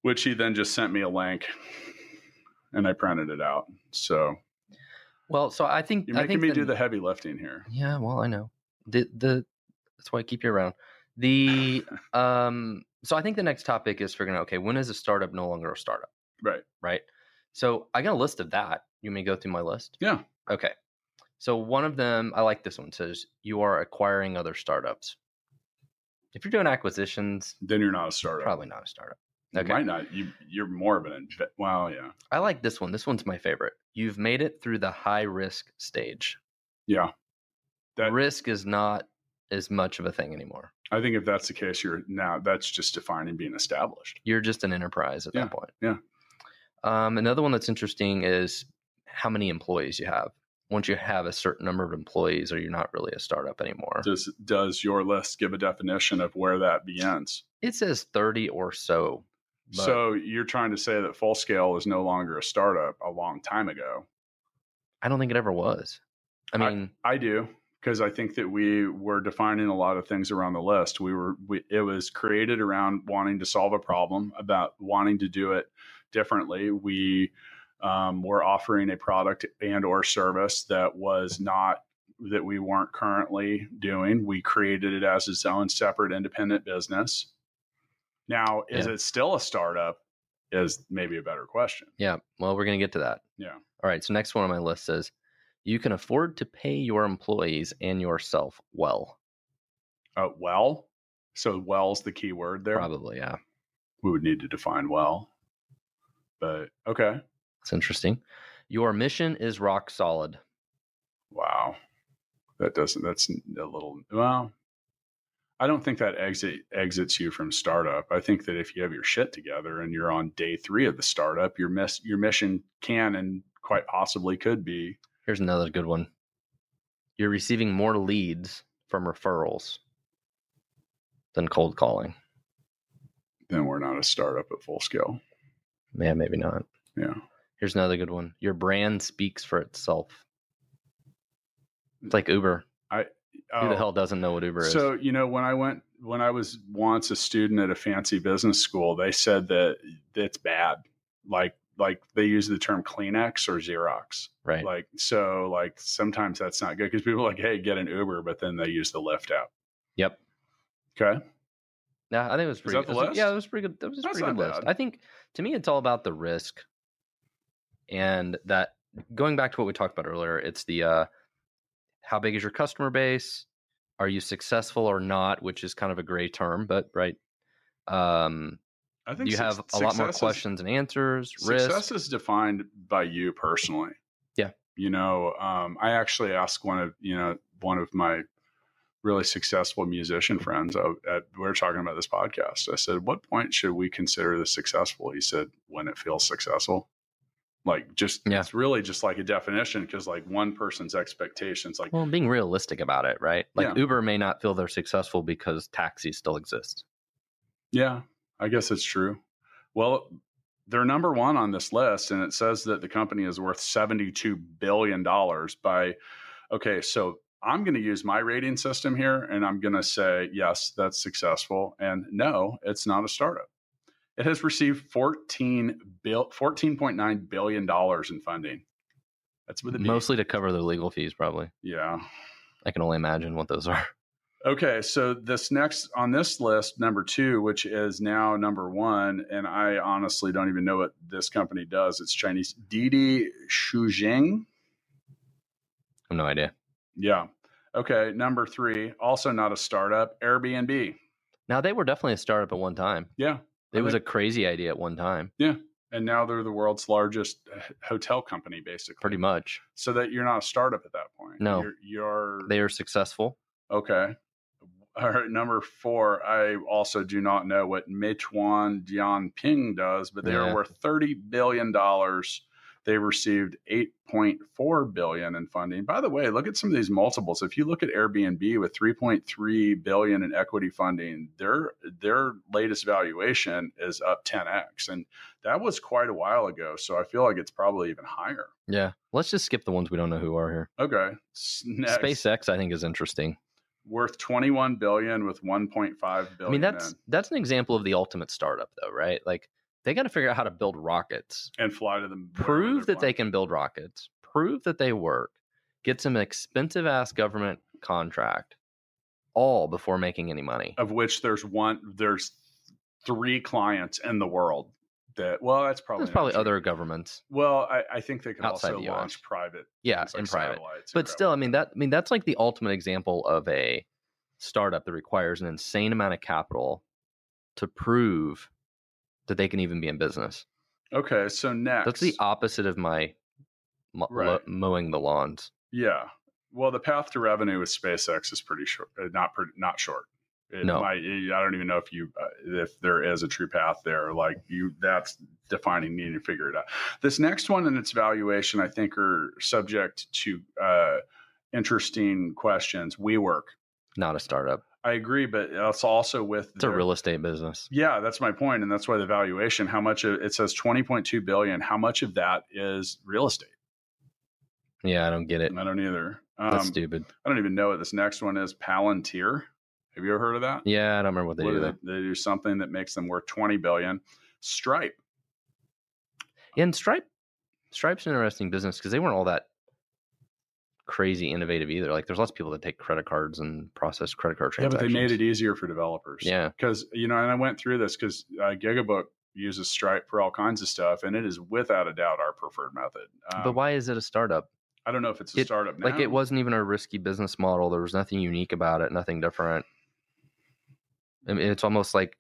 Speaker 1: which he then just sent me a link and I printed it out. So
Speaker 2: Well, so I think
Speaker 1: you're
Speaker 2: I
Speaker 1: making
Speaker 2: think
Speaker 1: me
Speaker 2: the-
Speaker 1: do the heavy lifting here.
Speaker 2: Yeah, well, I know. the the that's why I keep you around. The um so I think the next topic is figuring out okay, when is a startup no longer a startup?
Speaker 1: Right.
Speaker 2: Right. So I got a list of that. You may go through my list.
Speaker 1: Yeah.
Speaker 2: Okay. So one of them, I like this one, says you are acquiring other startups. If you're doing acquisitions,
Speaker 1: Then you're not a startup.
Speaker 2: probably not a startup.
Speaker 1: You
Speaker 2: Okay.
Speaker 1: might not. You you're more of an inve- well, yeah,
Speaker 2: I like this one. This one's my favorite. You've made it through the high risk stage.
Speaker 1: yeah. That-
Speaker 2: risk is not as much of a thing anymore.
Speaker 1: I think if that's the case, you're now that's just defining being established.
Speaker 2: You're just an enterprise at that point.
Speaker 1: yeah.
Speaker 2: Um, another one that's interesting is how many employees you have. Once you have a certain number of employees, or you're not really a startup anymore.
Speaker 1: Does does your list give a definition of where that begins?
Speaker 2: It says 30 or so. but-
Speaker 1: so you're trying to say that full scale is no longer a startup a long time ago.
Speaker 2: I don't think it ever was. I
Speaker 1: I-
Speaker 2: mean,
Speaker 1: I do because I think that we were defining a lot of things around the list. We were we, it was created around wanting to solve a problem, about wanting to do it differently. We um, were offering a product and or service that was not that we weren't currently doing. We created it as its own separate independent business. Now, is
Speaker 2: Yeah.
Speaker 1: it still a startup? Is maybe a better question.
Speaker 2: yeah. Well, we're going to get to that.
Speaker 1: Yeah.
Speaker 2: All right. So, next one on my list says you can afford to pay your employees and yourself well.
Speaker 1: Uh, well, so well's the key word there.
Speaker 2: Probably. Yeah.
Speaker 1: we would need to define well. But okay.
Speaker 2: That's interesting. Your mission is rock solid.
Speaker 1: Wow. That doesn't that's a little well. I don't think that exit exits you from startup. I think that if you have your shit together and you're on day 3 of the startup, your miss your mission can and quite possibly could be
Speaker 2: Here's another good one. You're receiving more leads from referrals than cold calling.
Speaker 1: then we're not a startup at full scale.
Speaker 2: Yeah, maybe not.
Speaker 1: Yeah.
Speaker 2: Here's another good one. Your brand speaks for itself. It's like Uber. Who the
Speaker 1: Oh.
Speaker 2: hell doesn't know what Uber is?
Speaker 1: So you know, when I went, when I was once a student at a fancy business school, they said that that's bad. Like, like they use the term Kleenex or Xerox.
Speaker 2: right.
Speaker 1: Like, so like sometimes that's not good because people are like, hey, get an Uber, but then they use the Lyft app.
Speaker 2: Yep.
Speaker 1: Okay.
Speaker 2: Yeah, I think it was
Speaker 1: Is
Speaker 2: pretty.
Speaker 1: that the
Speaker 2: that's-
Speaker 1: list?
Speaker 2: Yeah, it was pretty good. That was a
Speaker 1: That's
Speaker 2: pretty good
Speaker 1: not
Speaker 2: list.
Speaker 1: bad.
Speaker 2: I think to me, it's all about the risk, and that going back to what we talked about earlier, it's the uh, how big is your customer base? Are you successful or not? Which is kind of a gray term, but right. Um,
Speaker 1: I think
Speaker 2: you
Speaker 1: suc-
Speaker 2: have a lot more
Speaker 1: success is-
Speaker 2: questions and answers.
Speaker 1: Success
Speaker 2: Risk.
Speaker 1: is defined by you personally.
Speaker 2: Yeah.
Speaker 1: You know, um, I actually asked one of you know one of my really successful musician friends. I, at, we were talking about this podcast. I said, "What point should we consider this successful?" He said, "When it feels successful." Like just
Speaker 2: Yeah.
Speaker 1: it's really just like a definition because like one person's expectations like
Speaker 2: Well, being realistic about it, right? Like
Speaker 1: Yeah.
Speaker 2: Uber may not feel they're successful because taxis still exist.
Speaker 1: Yeah, I guess it's true. Well, they're number one on this list, and it says that the company is worth $72 billion by. Okay, so I'm going to use my rating system here, and I'm going to say, yes, that's successful. And no, it's not a startup. It has received 14 bill, $14.9 billion in funding. That's with a B.
Speaker 2: Mostly to cover their legal fees, probably.
Speaker 1: Yeah.
Speaker 2: I can only imagine what those are.
Speaker 1: Okay, so this next on this list, number two, which is now number one, and I honestly don't even know what this company does. It's Chinese. Didi Shujing.
Speaker 2: I have no idea.
Speaker 1: Yeah. Okay, number three, also not a startup, Airbnb.
Speaker 2: Now they were definitely a startup at one time.
Speaker 1: Yeah.
Speaker 2: It
Speaker 1: I
Speaker 2: was a
Speaker 1: think-
Speaker 2: crazy idea at one time,
Speaker 1: and now they're the world's largest h- hotel company, basically.
Speaker 2: pretty much.
Speaker 1: So that you're not a startup at that point.
Speaker 2: No.
Speaker 1: You're, you're
Speaker 2: They are successful.
Speaker 1: Okay. All right, number four. I also do not know what Meituan Dianping does, but they
Speaker 2: Yeah.
Speaker 1: are worth thirty billion dollars. They received eight point four billion in funding. By the way, look at some of these multiples. If you look at Airbnb with three point three billion in equity funding, their their latest valuation is up ten x, and that was quite a while ago. So I feel like it's probably even higher.
Speaker 2: Yeah. Let's just skip the ones we don't know who are here.
Speaker 1: Okay, s- next,
Speaker 2: SpaceX, I think, is interesting.
Speaker 1: worth twenty one billion with one point five billion.
Speaker 2: I mean, that's
Speaker 1: in.
Speaker 2: that's an example of the ultimate startup, though, right? Like they got to figure out how to build rockets,
Speaker 1: and fly to them.
Speaker 2: prove that they can build rockets, prove that they work, get some expensive ass government contract, all before making any money.
Speaker 1: of which there's one there's three clients in the world that well that's probably
Speaker 2: There's
Speaker 1: not
Speaker 2: probably
Speaker 1: true.
Speaker 2: other governments.
Speaker 1: well I, I think they could
Speaker 2: Outside
Speaker 1: also
Speaker 2: the US.
Speaker 1: launch private
Speaker 2: Yeah,
Speaker 1: things
Speaker 2: in
Speaker 1: like
Speaker 2: private.
Speaker 1: satellites and
Speaker 2: But still,
Speaker 1: crap
Speaker 2: I mean
Speaker 1: like
Speaker 2: that I mean that's like the ultimate example of a startup that requires an insane amount of capital to prove that they can even be in business.
Speaker 1: okay so next
Speaker 2: That's the opposite of my mo- lo-
Speaker 1: Right.
Speaker 2: mowing the lawns.
Speaker 1: yeah well the path to revenue with SpaceX is pretty short uh, not pretty, not short It
Speaker 2: No.
Speaker 1: might- I don't even know if you uh, if there is a true path there like you that's defining needing to figure it out this next one and its valuation I think are subject to uh interesting questions WeWork
Speaker 2: Not a startup.
Speaker 1: I agree, but that's also with
Speaker 2: It's a
Speaker 1: their-
Speaker 2: real estate business.
Speaker 1: yeah. That's my point, and that's why the valuation. How much of, it says twenty point two billion? How much of that is real estate?
Speaker 2: Yeah, I don't get it.
Speaker 1: I don't either. Um,
Speaker 2: That's stupid.
Speaker 1: I don't even know what this next one is. Palantir. Have you ever heard of that?
Speaker 2: Yeah, I don't remember what they
Speaker 1: What
Speaker 2: do.
Speaker 1: do
Speaker 2: There.
Speaker 1: they, they do something that makes them worth twenty billion. Stripe.
Speaker 2: And Stripe, Stripe's an interesting business because they weren't all that crazy innovative either. Like, there's lots of people that take credit cards and process credit card
Speaker 1: Yeah,
Speaker 2: transactions.
Speaker 1: but they made it easier for developers.
Speaker 2: Yeah,
Speaker 1: because you know, and I went through this because uh, Gigabook uses Stripe for all kinds of stuff, and it is without a doubt our preferred method. Um,
Speaker 2: but why is it a startup?
Speaker 1: I don't know if it's a
Speaker 2: it-
Speaker 1: startup now.
Speaker 2: Like, it wasn't even a risky business model. There was nothing unique about it. Nothing different. I mean, it's almost like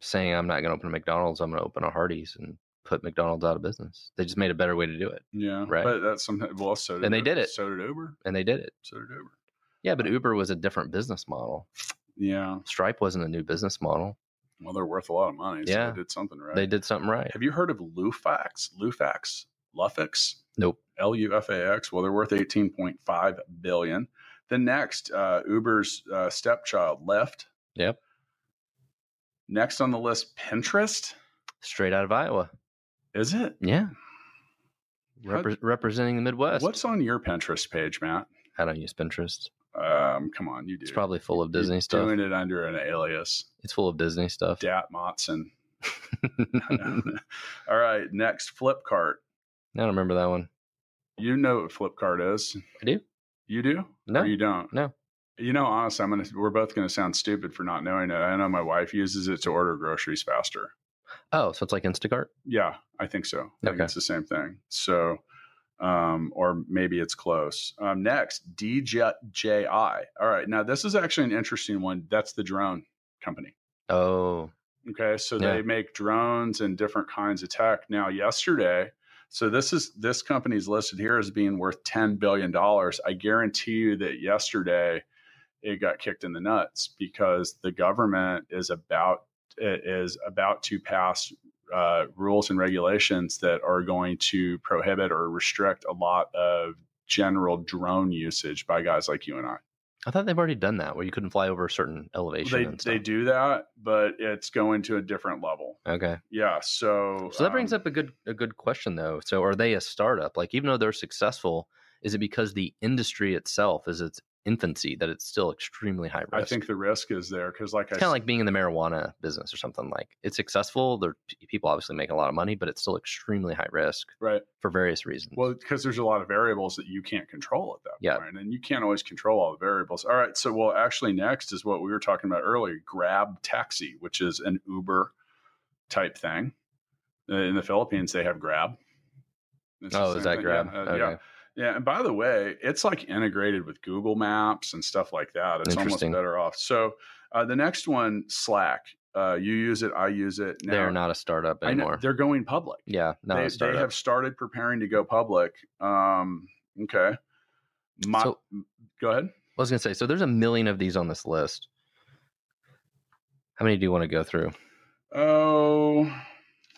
Speaker 2: saying I'm not going to open a McDonald's. I'm going to open a Hardee's and put McDonald's out of business. They just made a better way to do it,
Speaker 1: Yeah,
Speaker 2: Right.
Speaker 1: But that's sometimes well, so did
Speaker 2: And they did it.
Speaker 1: So did Uber.
Speaker 2: and they did it.
Speaker 1: So did Uber.
Speaker 2: Yeah, but Uber was a different business model.
Speaker 1: Yeah.
Speaker 2: Stripe wasn't a new business model.
Speaker 1: Well, they're worth a lot of money. So
Speaker 2: Yeah.
Speaker 1: they did something right.
Speaker 2: They did something right.
Speaker 1: Have you heard of Lufax? Lufax? Lufix?
Speaker 2: Nope.
Speaker 1: L U F A X. Well, they're worth eighteen point five billion. The next, uh, Uber's uh, stepchild, Lyft.
Speaker 2: Yep.
Speaker 1: Next on the list, Pinterest.
Speaker 2: Straight out of Iowa.
Speaker 1: Is it?
Speaker 2: Yeah.
Speaker 1: How-
Speaker 2: Repre- representing the Midwest.
Speaker 1: What's on your Pinterest page, Matt?
Speaker 2: I don't use Pinterest.
Speaker 1: Um, come on, you do.
Speaker 2: It's probably full of Disney
Speaker 1: You're
Speaker 2: stuff.
Speaker 1: Doing it under an alias,
Speaker 2: It's full of Disney stuff.
Speaker 1: Dat Motson.
Speaker 2: I don't
Speaker 1: All right, next Flipkart.
Speaker 2: remember that one.
Speaker 1: You know what Flipkart is.
Speaker 2: I do.
Speaker 1: You do?
Speaker 2: No.
Speaker 1: Or you don't?
Speaker 2: No.
Speaker 1: You know, honestly, I'm gonna we're both gonna sound stupid for not knowing it. I know my wife uses it to order groceries faster.
Speaker 2: Oh, so it's like Instacart.
Speaker 1: Yeah, I think so. I think
Speaker 2: Okay.
Speaker 1: it's the same thing. So um, or maybe it's close. Um, next, DJI. All right. Now this is actually an interesting one. That's the drone company.
Speaker 2: Oh,
Speaker 1: Okay, so
Speaker 2: Yeah.
Speaker 1: they make drones and different kinds of tech. Now, yesterday, so this is this company's listed here as being worth ten billion dollars. I guarantee you that yesterday it got kicked in the nuts because the government is about is about to pass uh, rules and regulations that are going to prohibit or restrict a lot of general drone usage by guys like you and I.
Speaker 2: I thought they've already done that where you couldn't fly over a certain elevation.
Speaker 1: They
Speaker 2: and stuff.
Speaker 1: they do that, but it's going to a different level.
Speaker 2: Okay.
Speaker 1: Yeah, so
Speaker 2: So that brings
Speaker 1: um,
Speaker 2: up a good a good question though. So are they a startup? Like even though they're successful, is it because the industry itself is its infancy that it's still extremely high risk?
Speaker 1: I think the risk is there because, like I
Speaker 2: it's kind
Speaker 1: s-
Speaker 2: of like being in the marijuana business or something. Like it's successful. There people obviously make a lot of money, but it's still extremely high risk
Speaker 1: right,
Speaker 2: for various reasons.
Speaker 1: well, because there's a lot of variables that you can't control at that
Speaker 2: Yeah.
Speaker 1: point, and you can't always control all the variables. All right, so well, actually, next is what we were talking about earlier: Grab Taxi, which is an Uber type thing. Uh, In the Philippines, they have Grab. It's the
Speaker 2: oh,
Speaker 1: same
Speaker 2: is that
Speaker 1: thing.
Speaker 2: grab?
Speaker 1: Yeah, uh,
Speaker 2: okay.
Speaker 1: yeah, Yeah, and by the way, it's like integrated with Google Maps and stuff like that. It's almost
Speaker 2: Interesting.
Speaker 1: better off. So uh, the next one, Slack. Uh, you use it, I use it. Now,
Speaker 2: They're not a startup
Speaker 1: I know,
Speaker 2: anymore.
Speaker 1: they're going public.
Speaker 2: yeah, not
Speaker 1: they,
Speaker 2: a startup.
Speaker 1: they have started preparing to go public. Um, okay. My,
Speaker 2: So-
Speaker 1: go ahead.
Speaker 2: I was gonna say. So there's a million of these on this list. How many do you want to go through?
Speaker 1: Oh,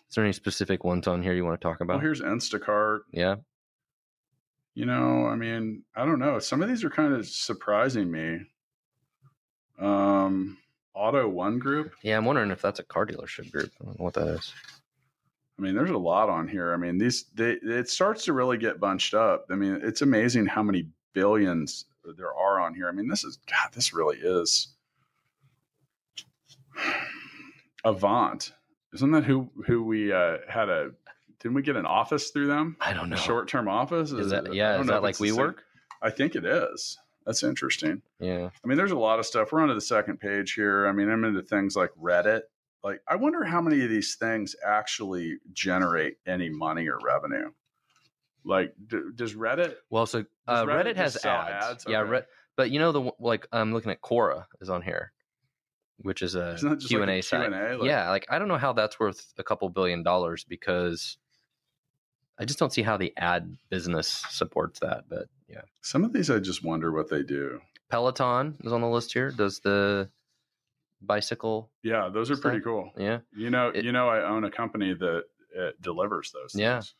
Speaker 2: Is there any specific ones on here you want to talk
Speaker 1: well,
Speaker 2: about?
Speaker 1: here's Instacart.
Speaker 2: yeah.
Speaker 1: You know, I mean, I don't know. Some of these are kind of surprising me. Um, Auto One Group.
Speaker 2: Yeah, I'm wondering if that's a car dealership group. I don't know what that is.
Speaker 1: I mean, there's a lot on here. I mean, these they it starts to really get bunched up. I mean, it's amazing how many billions there are on here. I mean, this is God, this really is Avant. Isn't that who who we uh, had a didn't we get an office through them?
Speaker 2: I don't know.
Speaker 1: Short term office?
Speaker 2: Is that
Speaker 1: it- I
Speaker 2: yeah?
Speaker 1: don't
Speaker 2: Is
Speaker 1: know
Speaker 2: that
Speaker 1: if
Speaker 2: like
Speaker 1: it's the same-
Speaker 2: WeWork?
Speaker 1: I think it is. That's interesting.
Speaker 2: Yeah.
Speaker 1: I mean, there's a lot of stuff. We're onto the second page here. I mean, I'm into things like Reddit. Like, I wonder how many of these things actually generate any money or revenue. Like, d- does Reddit?
Speaker 2: Well, so
Speaker 1: Does
Speaker 2: uh,
Speaker 1: Reddit
Speaker 2: Reddit,
Speaker 1: just
Speaker 2: has
Speaker 1: sell
Speaker 2: ads.
Speaker 1: ads?
Speaker 2: Yeah,
Speaker 1: Okay.
Speaker 2: Red, but you know the one- like I'm looking at Quora is on here, which is a
Speaker 1: Isn't that just
Speaker 2: Q
Speaker 1: like
Speaker 2: and
Speaker 1: a
Speaker 2: A site.
Speaker 1: Q&A? Like-
Speaker 2: yeah, like I don't know how that's worth a couple billion dollars because I just don't see how the ad business supports that. But yeah,
Speaker 1: Some of these, I just wonder what they do.
Speaker 2: Peloton is on the list here. Does the bicycle?
Speaker 1: Yeah, those are
Speaker 2: Is
Speaker 1: pretty
Speaker 2: that-
Speaker 1: cool.
Speaker 2: Yeah.
Speaker 1: You know,
Speaker 2: It-
Speaker 1: you know, I own a company that uh, delivers those.
Speaker 2: Yeah.
Speaker 1: things.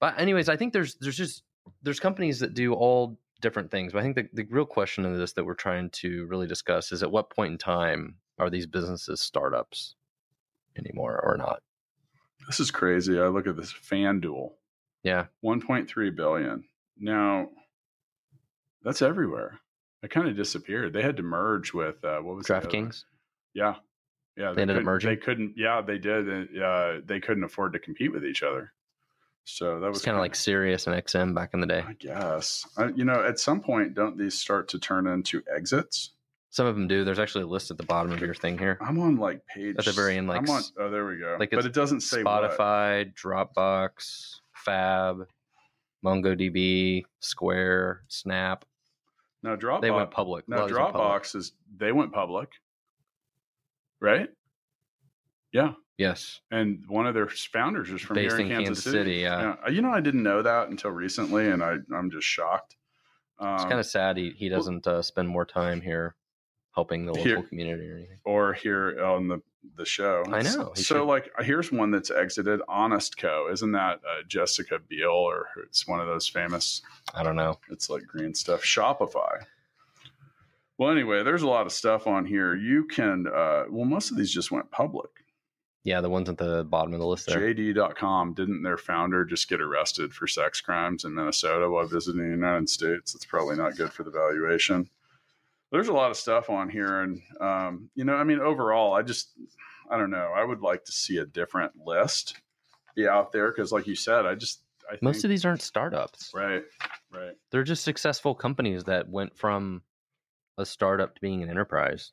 Speaker 2: But anyways, I think there's there's just there's companies that do all different things. But I think the, the real question of this that we're trying to really discuss is at what point in time are these businesses startups anymore or not?
Speaker 1: This is crazy. I look at this FanDuel.
Speaker 2: Yeah.
Speaker 1: 1.3 billion. Now, that's everywhere. It kind of disappeared. They had to merge with uh, what was the other one?
Speaker 2: DraftKings.
Speaker 1: Yeah, yeah.
Speaker 2: ended up
Speaker 1: couldn't-
Speaker 2: merging?
Speaker 1: They couldn't. Yeah, they did. and, Uh, they couldn't afford to compete with each other. So that was
Speaker 2: It's kind of like Sirius and XM back in the day.
Speaker 1: I guess. I, you know, at some point, don't these start to turn into exits?
Speaker 2: Some of them do. There's actually a list at the bottom of your thing here.
Speaker 1: I'm on like page
Speaker 2: At the very end, like,
Speaker 1: I'm on,
Speaker 2: s-
Speaker 1: oh, there we go.
Speaker 2: like
Speaker 1: but
Speaker 2: it's
Speaker 1: it doesn't say what.
Speaker 2: Spotify, Dropbox, Fab, MongoDB, Square, Snap.
Speaker 1: No, Dropbox.
Speaker 2: They went public.
Speaker 1: No,
Speaker 2: Lowe's went public.
Speaker 1: Dropbox is they went public, right? Yeah,
Speaker 2: Yes.
Speaker 1: and one of their founders is from
Speaker 2: Based
Speaker 1: here in, Kansas, City.
Speaker 2: yeah.
Speaker 1: Yeah. You know, I didn't know that until recently, and I I'm just shocked. Um,
Speaker 2: It's kind of sad he, he
Speaker 1: well-
Speaker 2: doesn't uh, spend more time here helping the local
Speaker 1: Here-
Speaker 2: community or anything.
Speaker 1: or here on the the show.
Speaker 2: I know, he
Speaker 1: So
Speaker 2: should-
Speaker 1: like, uh, here's one that's exited. Honest Co. Isn't that uh, Jessica Biel or it's one of those famous?
Speaker 2: I don't know.
Speaker 1: It's like green stuff. Shopify. Well, anyway, there's a lot of stuff on here. You can, uh, well, most of these just went public.
Speaker 2: Yeah, the ones at the bottom of the list there.
Speaker 1: JD.com, didn't their founder just get arrested for sex crimes in Minnesota while visiting the United States? That's probably not good for the valuation. There's a lot of stuff on here. And, um, you know, I mean, overall, I just, I don't know. I would like to see a different list be out there because, like you said, I just, I think,
Speaker 2: Most of these aren't startups.
Speaker 1: right, right.
Speaker 2: They're just successful companies that went from a startup to being an enterprise.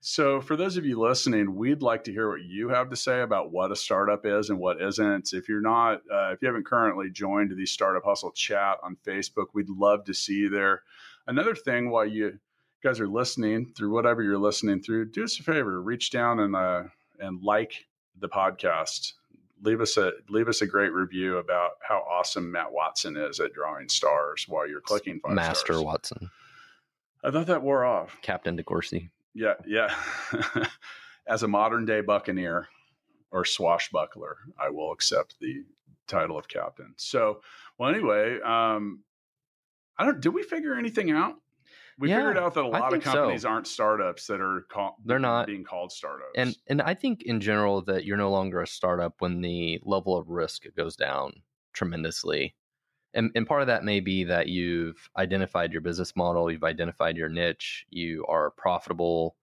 Speaker 1: So, for those of you listening, we'd like to hear what you have to say about what a startup is and what isn't. If you're not, uh, if you haven't currently joined the Startup Hustle chat on Facebook, we'd love to see you there. Another thing, while you guys are listening through whatever you're listening through, do us a favor: reach down and uh, and like the podcast. Leave us a leave us a great review about how awesome Matt Watson is at drawing stars while you're clicking five
Speaker 2: Master
Speaker 1: stars.
Speaker 2: Watson,
Speaker 1: I thought that wore off.
Speaker 2: Captain DeCourcy.
Speaker 1: Yeah, yeah. As a modern day buccaneer or swashbuckler, I will accept the title of captain. So, well, anyway, um, I don't. Did we figure anything out? We
Speaker 2: Yeah,
Speaker 1: figured out that a
Speaker 2: I
Speaker 1: lot of
Speaker 2: think so.
Speaker 1: companies aren't startups that are call,
Speaker 2: They're not.
Speaker 1: being called startups.
Speaker 2: And and I think in general that you're no longer a startup when the level of risk goes down tremendously. And and part of that may be that you've identified your business model, you've identified your niche, you are profitable.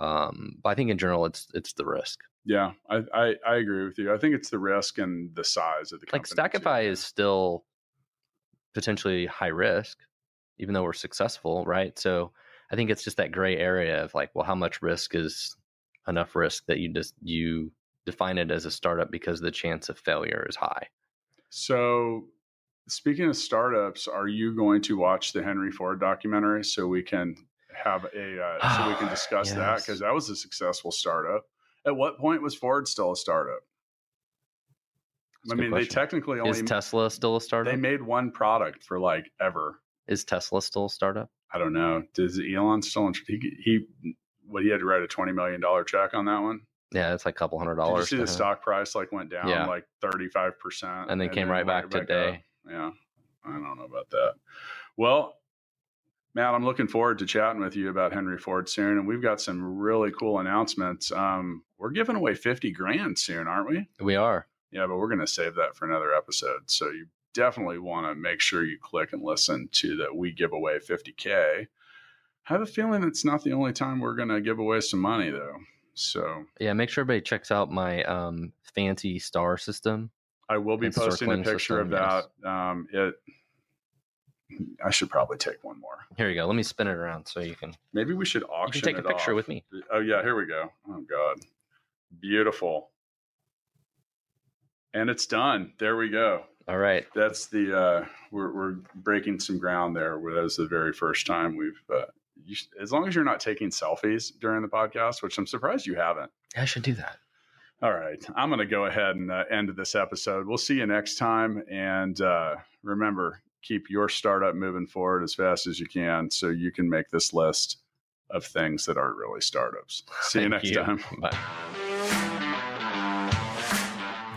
Speaker 2: Um, but I think in general it's it's the risk.
Speaker 1: yeah, I, I I agree with you. I think it's the risk and the size of the
Speaker 2: Like
Speaker 1: company. too.
Speaker 2: Stackify is still potentially high risk, even though we're successful, right? So I think it's just that gray area of like, well, how much risk is enough risk that you just you define it as a startup because the chance of failure is high.
Speaker 1: So, speaking of startups, are you going to watch the Henry Ford documentary so we can have a uh, so we can discuss that
Speaker 2: Ah, Yes.
Speaker 1: because that was a successful startup. At what point was Ford still a startup?
Speaker 2: That's a
Speaker 1: I
Speaker 2: good
Speaker 1: mean,
Speaker 2: question.
Speaker 1: they technically only
Speaker 2: Is Tesla still a startup?
Speaker 1: they made one product for like ever.
Speaker 2: is Tesla still a startup?
Speaker 1: I don't know. Does Elon still in, he, he what he had to write a twenty million dollar check on that one?
Speaker 2: Yeah, it's like a couple hundred
Speaker 1: Did you
Speaker 2: dollars.
Speaker 1: see the
Speaker 2: to-
Speaker 1: stock price like went down
Speaker 2: Yeah.
Speaker 1: like thirty five percent,
Speaker 2: And then came right back today.
Speaker 1: Yeah, I don't know about that. Well, Matt, I'm looking forward to chatting with you about Henry Ford soon, and we've got some really cool announcements. Um, we're giving away fifty grand soon, aren't we?
Speaker 2: We are.
Speaker 1: Yeah, but we're going to save that for another episode. So you definitely want to make sure you click and listen to that we give away 50k. I have a feeling it's not the only time we're going to give away some money though. So
Speaker 2: Yeah, make sure everybody checks out my um, fancy star system.
Speaker 1: I will be
Speaker 2: And
Speaker 1: posting a
Speaker 2: circling
Speaker 1: picture of
Speaker 2: system, yes.
Speaker 1: that. Um, it I should probably take one more.
Speaker 2: Here you go. Let me spin it around so you can,
Speaker 1: Maybe we should
Speaker 2: you
Speaker 1: auction.
Speaker 2: can take a
Speaker 1: it
Speaker 2: picture
Speaker 1: off.
Speaker 2: with me.
Speaker 1: Oh yeah, here we go. Oh god, beautiful. And it's done. There we go.
Speaker 2: All right.
Speaker 1: That's the uh, we're we're breaking some ground there. Where that was the very first time we've. Uh, you, sh- as long as you're not taking selfies during the podcast, which I'm surprised you haven't.
Speaker 2: I should do that.
Speaker 1: All right, I'm going to go ahead and uh, end this episode. We'll see you next time, and uh, remember, keep your startup moving forward as fast as you can, so you can make this list of things that aren't really startups. See you
Speaker 2: Thank
Speaker 1: next
Speaker 2: you.
Speaker 1: time.
Speaker 2: Bye.